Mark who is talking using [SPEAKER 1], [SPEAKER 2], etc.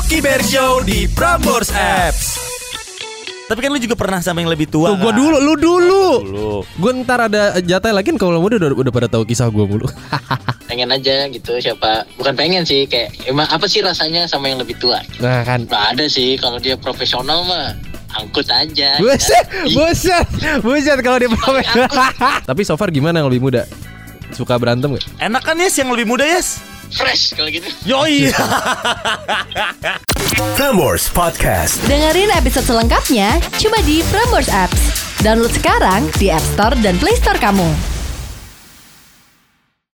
[SPEAKER 1] Oki Bear Show di Prambors Apps. Tapi kan lu juga pernah sama yang lebih tua.
[SPEAKER 2] Tuh gua
[SPEAKER 1] kan?
[SPEAKER 2] dulu, lu dulu.
[SPEAKER 1] Dulu.
[SPEAKER 2] Gue ntar ada jatah lagi kalau mau udah udah pada tahu kisah gue mulu.
[SPEAKER 3] pengen aja gitu siapa bukan pengen sih kayak emang apa sih rasanya sama yang lebih tua
[SPEAKER 2] nah kan.
[SPEAKER 3] nggak ada sih kalau dia profesional mah angkut aja
[SPEAKER 2] Buset,
[SPEAKER 3] Ih,
[SPEAKER 2] buset, buset kalau dia pamer. Tapi so far gimana yang lebih muda? Suka berantem gak?
[SPEAKER 1] Enak kan Yes yang lebih muda Yes?
[SPEAKER 3] fresh kalau gitu
[SPEAKER 1] Yoi.
[SPEAKER 4] Prambors Podcast.
[SPEAKER 5] Dengerin episode selengkapnya cuma di Prambors Apps. Download sekarang di App Store dan Play Store kamu.